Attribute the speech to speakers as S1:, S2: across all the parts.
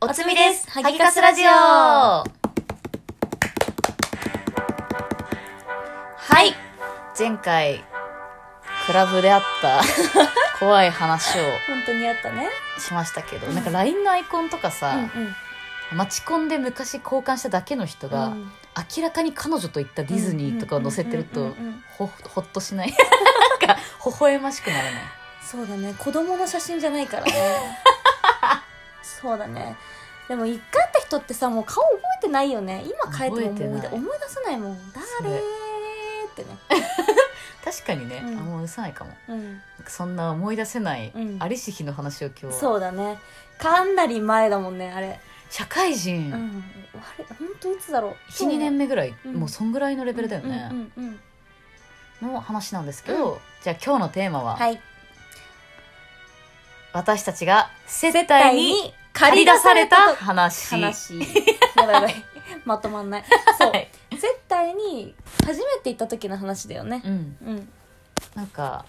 S1: おつみです。
S2: は
S1: は
S2: ぎ
S1: ぎ
S2: か
S1: か
S2: す
S1: す
S2: ラ
S1: ラ
S2: ジ
S1: ジ
S2: オ
S1: オ。はい。前回、クラブであった 怖い話を
S2: 本当にあったね。
S1: しましたけど、なんか LINE のアイコンとか
S2: うんう
S1: さ、
S2: ん。
S1: マチコンで昔交換しただけの人が、明らかに彼女と行ったディズニーとかを載せてる
S2: う
S1: と
S2: んうんうんうんうん、
S1: ほ、ほっとしない。なんか、微笑ましくならない。
S2: そうだね。子供の写真じゃないから ね。そうだね。でも一回会った人ってさ、もう顔覚えてないよね。今変えて
S1: 覚
S2: も
S1: えて
S2: 思い
S1: な
S2: 出
S1: い
S2: 思い出せないもん。誰ーってね。
S1: 確かにね、
S2: うん
S1: あんま出さないかも。
S2: うん。
S1: そんな思い出せない、
S2: うん
S1: ありし日の話を今日は
S2: そうだね。かなり前だもんね、あれ。
S1: 社会人、
S2: うん。あれ、本当いつだろう。
S1: 12年目ぐらい、
S2: うん
S1: もうそんぐらいのレ
S2: レ
S1: ベルだよね、
S2: うんうんうん。
S1: の話なんですけど、じゃあ今日のテーマは、
S2: はい。
S1: 私たちが接待に借り出された話
S2: 話。やばいやばい。まとまんない。そう。
S1: はい
S2: 絶対に初めて行った時の話だよね
S1: うん、
S2: うん
S1: なんか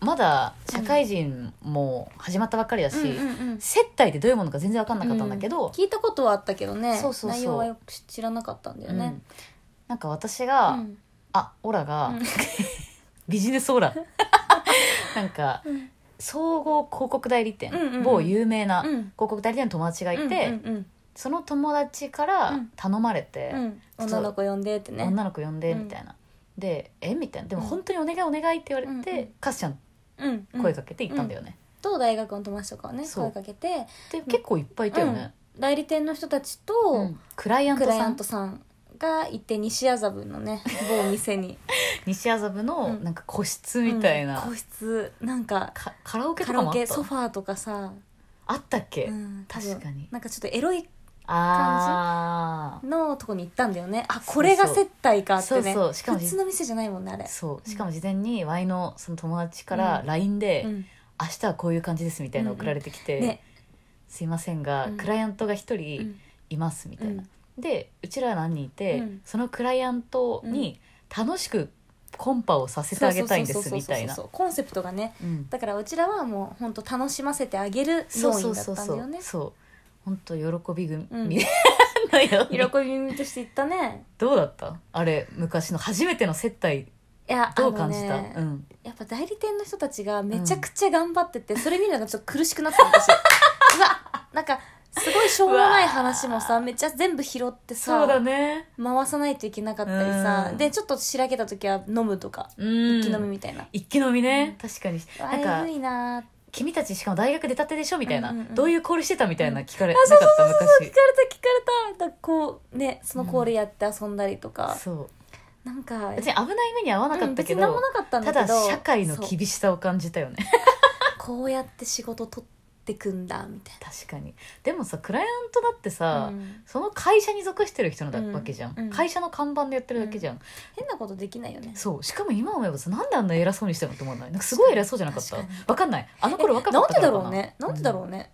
S1: まだ社会人も始まったばっかりだし、
S2: うんうんうん
S1: 接待ってどういうものか全然分かんなかったんだけど、
S2: 聞いたことはあったけどね
S1: そうそうそう
S2: 内容はよく知らなかったんだよ
S1: う
S2: ね
S1: ん、なんか私が、
S2: うん
S1: あオラが、
S2: うん
S1: ビジネスオ ラなんか
S2: うん
S1: 総合広告代理店、
S2: うんうんうん
S1: 某有名な
S2: う
S1: 広
S2: ん
S1: 告代理店の友達がいて、
S2: うん
S1: その友達か
S2: う
S1: ら
S2: ん
S1: 頼まれて、
S2: うん
S1: ちょっと
S2: 女の子呼んでってね
S1: 女の子呼んでみたいな、でえみたいなでも
S2: うん
S1: 本当にお願いお願いって言われて、
S2: うんうん
S1: カスちゃん
S2: うんうん
S1: 声かけて行ったんだよね、
S2: と大学の友達とかをね
S1: そう
S2: 声かけて
S1: で結構いっぱいいたよね、
S2: 代理店の人たち
S1: うん
S2: と
S1: クライアン
S2: ク
S1: ト
S2: ライ
S1: さ
S2: アン
S1: ん
S2: トさんが行って西麻布のね某店に
S1: 西麻布の
S2: うん
S1: なんか個室 みたいな、
S2: うん個室なんか
S1: かカラオケと
S2: カ
S1: か
S2: ラ
S1: も
S2: オ
S1: あっ
S2: ケ
S1: た
S2: ソファーとかさ
S1: あったっけ、
S2: うん多分
S1: 確かに
S2: なんかちょっとエロい
S1: ああ
S2: のとこに行ったんだよねあこれが接待かってね
S1: そうそうしかも
S2: 普通の店じゃないもんねあれ
S1: そうしかも事前にワイのその友達から LINE で、
S2: うん
S1: 明日はこういう感じです」みたいなの送られてきて「
S2: ね
S1: すいませんが、
S2: うん
S1: クライアントが一
S2: う
S1: 人
S2: ん
S1: います」みたいな。
S2: うん
S1: でうちら何人いて、
S2: うん
S1: そのクライアントに楽しくコンパをさせて
S2: そう
S1: あ
S2: そ
S1: げ
S2: うそ
S1: た
S2: う
S1: いんで
S2: そう
S1: すみたいな。
S2: そうコンセプトがね
S1: うん
S2: だからうちらはもう本当楽しませてあげる
S1: そ
S2: 要
S1: うそう
S2: 員だっ
S1: そ
S2: たん
S1: う
S2: だ
S1: そ
S2: よ
S1: う
S2: ね
S1: そう本当喜び組
S2: うん
S1: みたいなよう
S2: 喜
S1: に
S2: び耳として行ったね
S1: どうだったあれ昔の初めての接待
S2: いや
S1: どう感じ
S2: あ
S1: た、
S2: のね
S1: うん、
S2: やっぱ代理店の人たちがめちゃくちゃ頑張ってて、それ見るのがちょっと苦しくなってた 私うわなんかすごいしょうもない話もさめっちゃ全部拾ってさ
S1: そうだね
S2: 回さないといけなかったりさ、
S1: うん
S2: でちょっとしらけた時は飲むとか
S1: うん
S2: 一気飲みみたいな、
S1: 一気飲みね、確かに
S2: あ
S1: なんか
S2: えぐいなーって
S1: 君たちしかも大学出たてでしょみたいな、
S2: うんうんうん
S1: どういう交流してたみたいな聞かれ
S2: あ
S1: なかった
S2: 聞
S1: 昔
S2: かれた聞かれただこうねそのコールやって遊んだりとか、
S1: そう
S2: なんか
S1: 別に危ない目に遭わなかったけ
S2: うん別に何
S1: ど、
S2: もなかったんだ
S1: た
S2: けど
S1: だ社会の
S2: そう
S1: 厳しさを感じたよね
S2: こうやって仕事取ってくんだみたい
S1: 確かにでもさクライアントだって
S2: な、
S1: さ、
S2: うん
S1: その会社に属してる人なだわけじゃん、
S2: うんうん
S1: 会社の看板でやってるだけじゃん、
S2: 変なことできないよね
S1: そうしかも今思えばさなんであんな偉そうにしたのって思わないなんかすごい偉そうじゃなかった
S2: 確かに
S1: わかんないあの頃若かっ
S2: なん
S1: た
S2: で
S1: から
S2: だ
S1: かな
S2: ろうねなんでだろうね、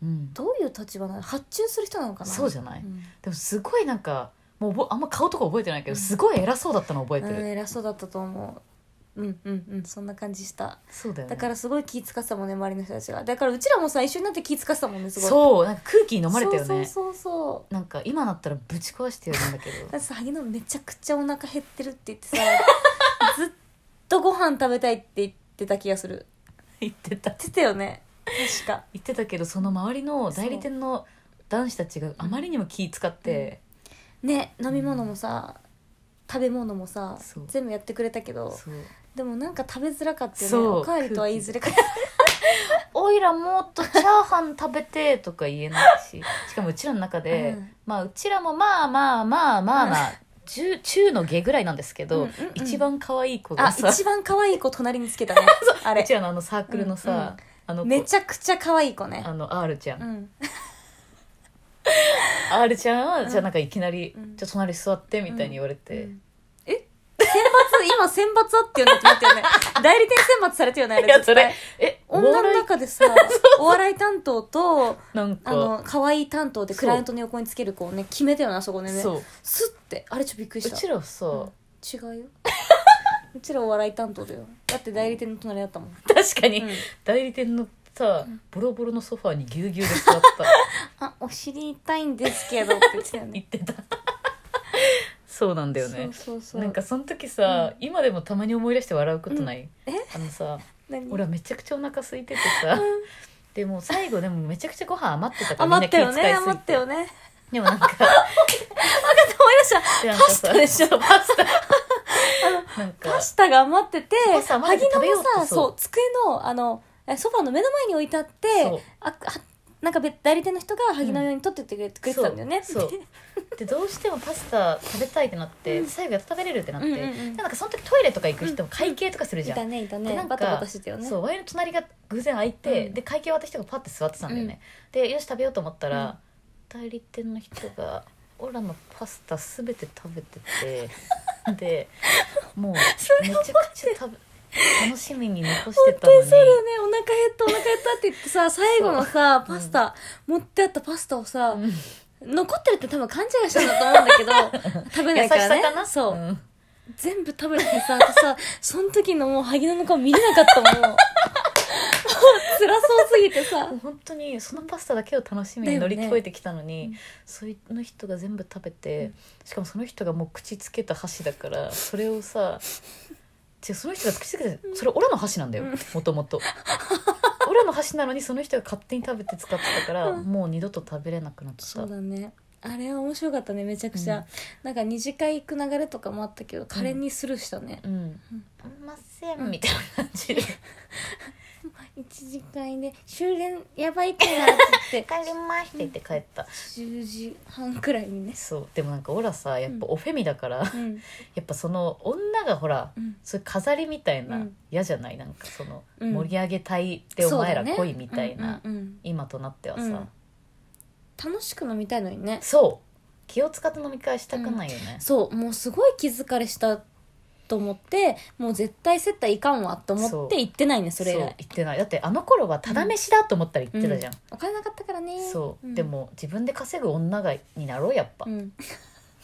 S1: うん、うん
S2: どういう立場なの発注する人なのかな
S1: そうじゃない
S2: ん
S1: でもすごいなんかもうおぼあんま顔とか覚えてないけ
S2: う
S1: ど
S2: ん
S1: すごい偉そうだったの覚えてる、
S2: うん偉そうだったと思ううんうんうんそんな感じした
S1: そうだよね
S2: だからすごい気使ってたもんね周りの人たちがだからうちらもさ一緒になって気使ってたもんねすごい
S1: そうなんか空気に飲まれたよね
S2: そうそうそうそう
S1: なんか今だったらぶち壊してやるんだけど
S2: だってさ萩野めちゃくちゃお腹減ってるって言って さずっとご飯食べたいって言ってた気がする
S1: 言ってた
S2: 言ってたよね確か
S1: 言ってたけどその周りの代理店の男子たちがあまりにも気使って、
S2: ね飲み物もさ食べ物もさ
S1: そう
S2: 全部やってくれたけど
S1: そう
S2: でもなんか食べづらかったよね
S1: そう
S2: おかわりとは言いづらかった
S1: おいらもっとチャーハン食べてとか言えない ししかもうちらの中で、
S2: うん
S1: まあうちらもまあまあまあまあまあ、中中の下ぐらいなんですけど、
S2: うんうんうん
S1: 一番可愛い子が
S2: あ
S1: さ
S2: 一番可愛い子隣に つけたねあ
S1: う
S2: れ
S1: ちらのあのサークルのさ、
S2: うんうん
S1: あの子
S2: めちゃくちゃ可愛い子ね
S1: あの R ちゃん
S2: う、ん
S1: R ちゃんは、
S2: うん
S1: じゃあなんかいきなり、
S2: うん
S1: じゃあ隣座ってみたいに言われて、
S2: うんえ選抜今選抜あってよねってなった よね代理店選抜されたよねあ
S1: い
S2: れ
S1: や
S2: 絶
S1: それ
S2: 対
S1: え
S2: 女の
S1: お笑
S2: 中でさお笑い担 当と
S1: いなんか
S2: あの可愛い担当でクライアントの横につける子をね決めたよなそこでね
S1: そう
S2: スッてあれちょっとびっくり
S1: う
S2: した
S1: ちらさ、
S2: 違うようちらお笑い担当だよだって代理店の隣だったもん
S1: 確かに、
S2: うん
S1: 代理店のさボロボロのソファーにぎゅうぎゅうで座った
S2: あお尻痛いんですけどって言ってたよ
S1: 言
S2: ね
S1: ってたそうなんだよね
S2: そうそうそう
S1: なんかその時さ、今でもたまに思い出して笑うことない、
S2: え
S1: あのさ
S2: 何
S1: 俺はめちゃくちゃお腹空いててさ、でも最後でもめちゃくちゃご飯余ってたからみん
S2: 余
S1: な気
S2: った
S1: 遣いすぎて
S2: よね余ったよね
S1: でもなんか
S2: 思い出した
S1: なん
S2: パ
S1: か
S2: ス
S1: さ
S2: タでしょ
S1: パスタなんか
S2: パスタが余ってて
S1: パスタ
S2: 萩
S1: 余ってて食べよ
S2: 野
S1: う
S2: も
S1: って
S2: さ
S1: そう
S2: そう机のあのえソファーの目の前に置いてあって
S1: そう
S2: あはなんか別代理店の人が萩野用に取ってってくれくれてたんだよね
S1: そうそうでどうしてもパスタ食べたいってなって、最後やっと食べれるってなって、
S2: うんうんうん
S1: でなんかその時トイレとか行く人も会計とかする
S2: い
S1: じゃん、
S2: たねいた
S1: で
S2: ね
S1: なんか
S2: バタバタしてたよね
S1: そうワイの隣が偶然空いて、
S2: うん
S1: で会計渡した人がパッて座ってたんだよね、でよし食べようと思ったら、代理店の人がオラのパスタすべて食べて てでもうめちゃくちゃ食べ楽しみに残してたのに
S2: そうだよねお腹減ったお腹減ったって言ってさ最後のさ
S1: そう
S2: パスタ、持ってあったパスタをさ、
S1: うん
S2: 残ってるって多分勘違いしたんだと思うんだけ ど食べな
S1: 優し
S2: いから
S1: さ
S2: ね
S1: かな
S2: そう、
S1: ん
S2: 全部食べてさ私 さその時のもう萩野の顔見れなかったもん もう辛そうすぎてさ
S1: もう本当にそのパスタだけを楽しみに乗り越えてきたのに、その人が全部食べて、しかもその人がもう口つけた箸だからそれをさ違うその人が口つけてそれオラの箸なんだよもともとオラの箸なのにその人が勝手に食べて使ってたから、もう二度と食べれなくなった
S2: そうだねあれは面白かったねめちゃくちゃ、なんか二次会行く流れとかもあったけど可憐にスルーしたね、
S1: うん「ません」みたいな感じ で「
S2: 一次会で終電やばいからって 言って
S1: 帰ります」って言って帰った
S2: 10時半くらいにね
S1: そうでもなんかオラさやっぱおフェミだから、
S2: うん
S1: やっぱその女がほら、
S2: うん
S1: そういう飾りみたいうなん嫌じゃないなんかその、
S2: うん
S1: 盛り上げたいってお前ら来いみたいな、
S2: そうだねうんうんうん
S1: 今となってはさ、
S2: うん楽しく飲みたいのにね
S1: そう気を使って飲み会したくないよね、
S2: そうもうすごい気づかれしたと思ってもう絶対接待いかんわと
S1: そ
S2: 思っ
S1: う
S2: て行ってないねそれ以
S1: そう
S2: 来
S1: 言ってないだってあの頃はただ飯だと思ったら言ってたじゃん、
S2: お金なかったからね
S1: そう、
S2: ん
S1: でも自分で稼ぐ女がになろうやっぱ、
S2: うん、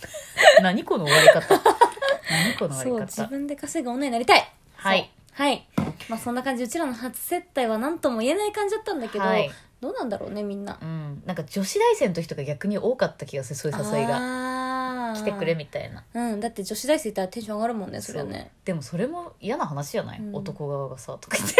S1: 何この終わり方何この終
S2: そう
S1: わり
S2: 自
S1: 方
S2: 分で稼ぐ女になりたい
S1: はい
S2: そうはいまあそんな感じうちらの初接待は何とも言えない感じだったんだけど、
S1: はい
S2: どうなんだろうねみんな
S1: うん、なんか女子大生の時とか逆に多かった気がするそういう誘いが
S2: が
S1: 来てくれみたいな
S2: うんだって女子大生いたらテンション上がるもんねそれはね
S1: そうでもそれも嫌な話じゃない、
S2: うん
S1: 男側がさとか 言って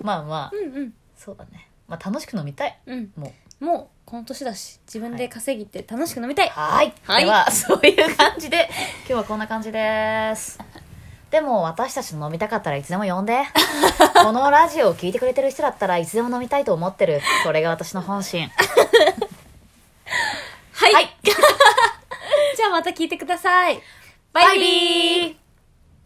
S1: まあまあ
S2: うんうん
S1: そうだねまあ楽しく飲みたい
S2: うん
S1: もう
S2: もうこの年だし自分で稼ぎて楽しく飲みたい、
S1: はい
S2: はい
S1: ではそういう感じで今日はこんな感じですでも私たちの飲みたかったらいつでも呼ん でこのラジオを聞いてくれてる人だったらいつでも飲みたいと思ってるそれが私の本心
S2: はい
S1: はい
S2: じゃあまた聞いてください。バ
S1: バ
S2: イビー
S1: イビー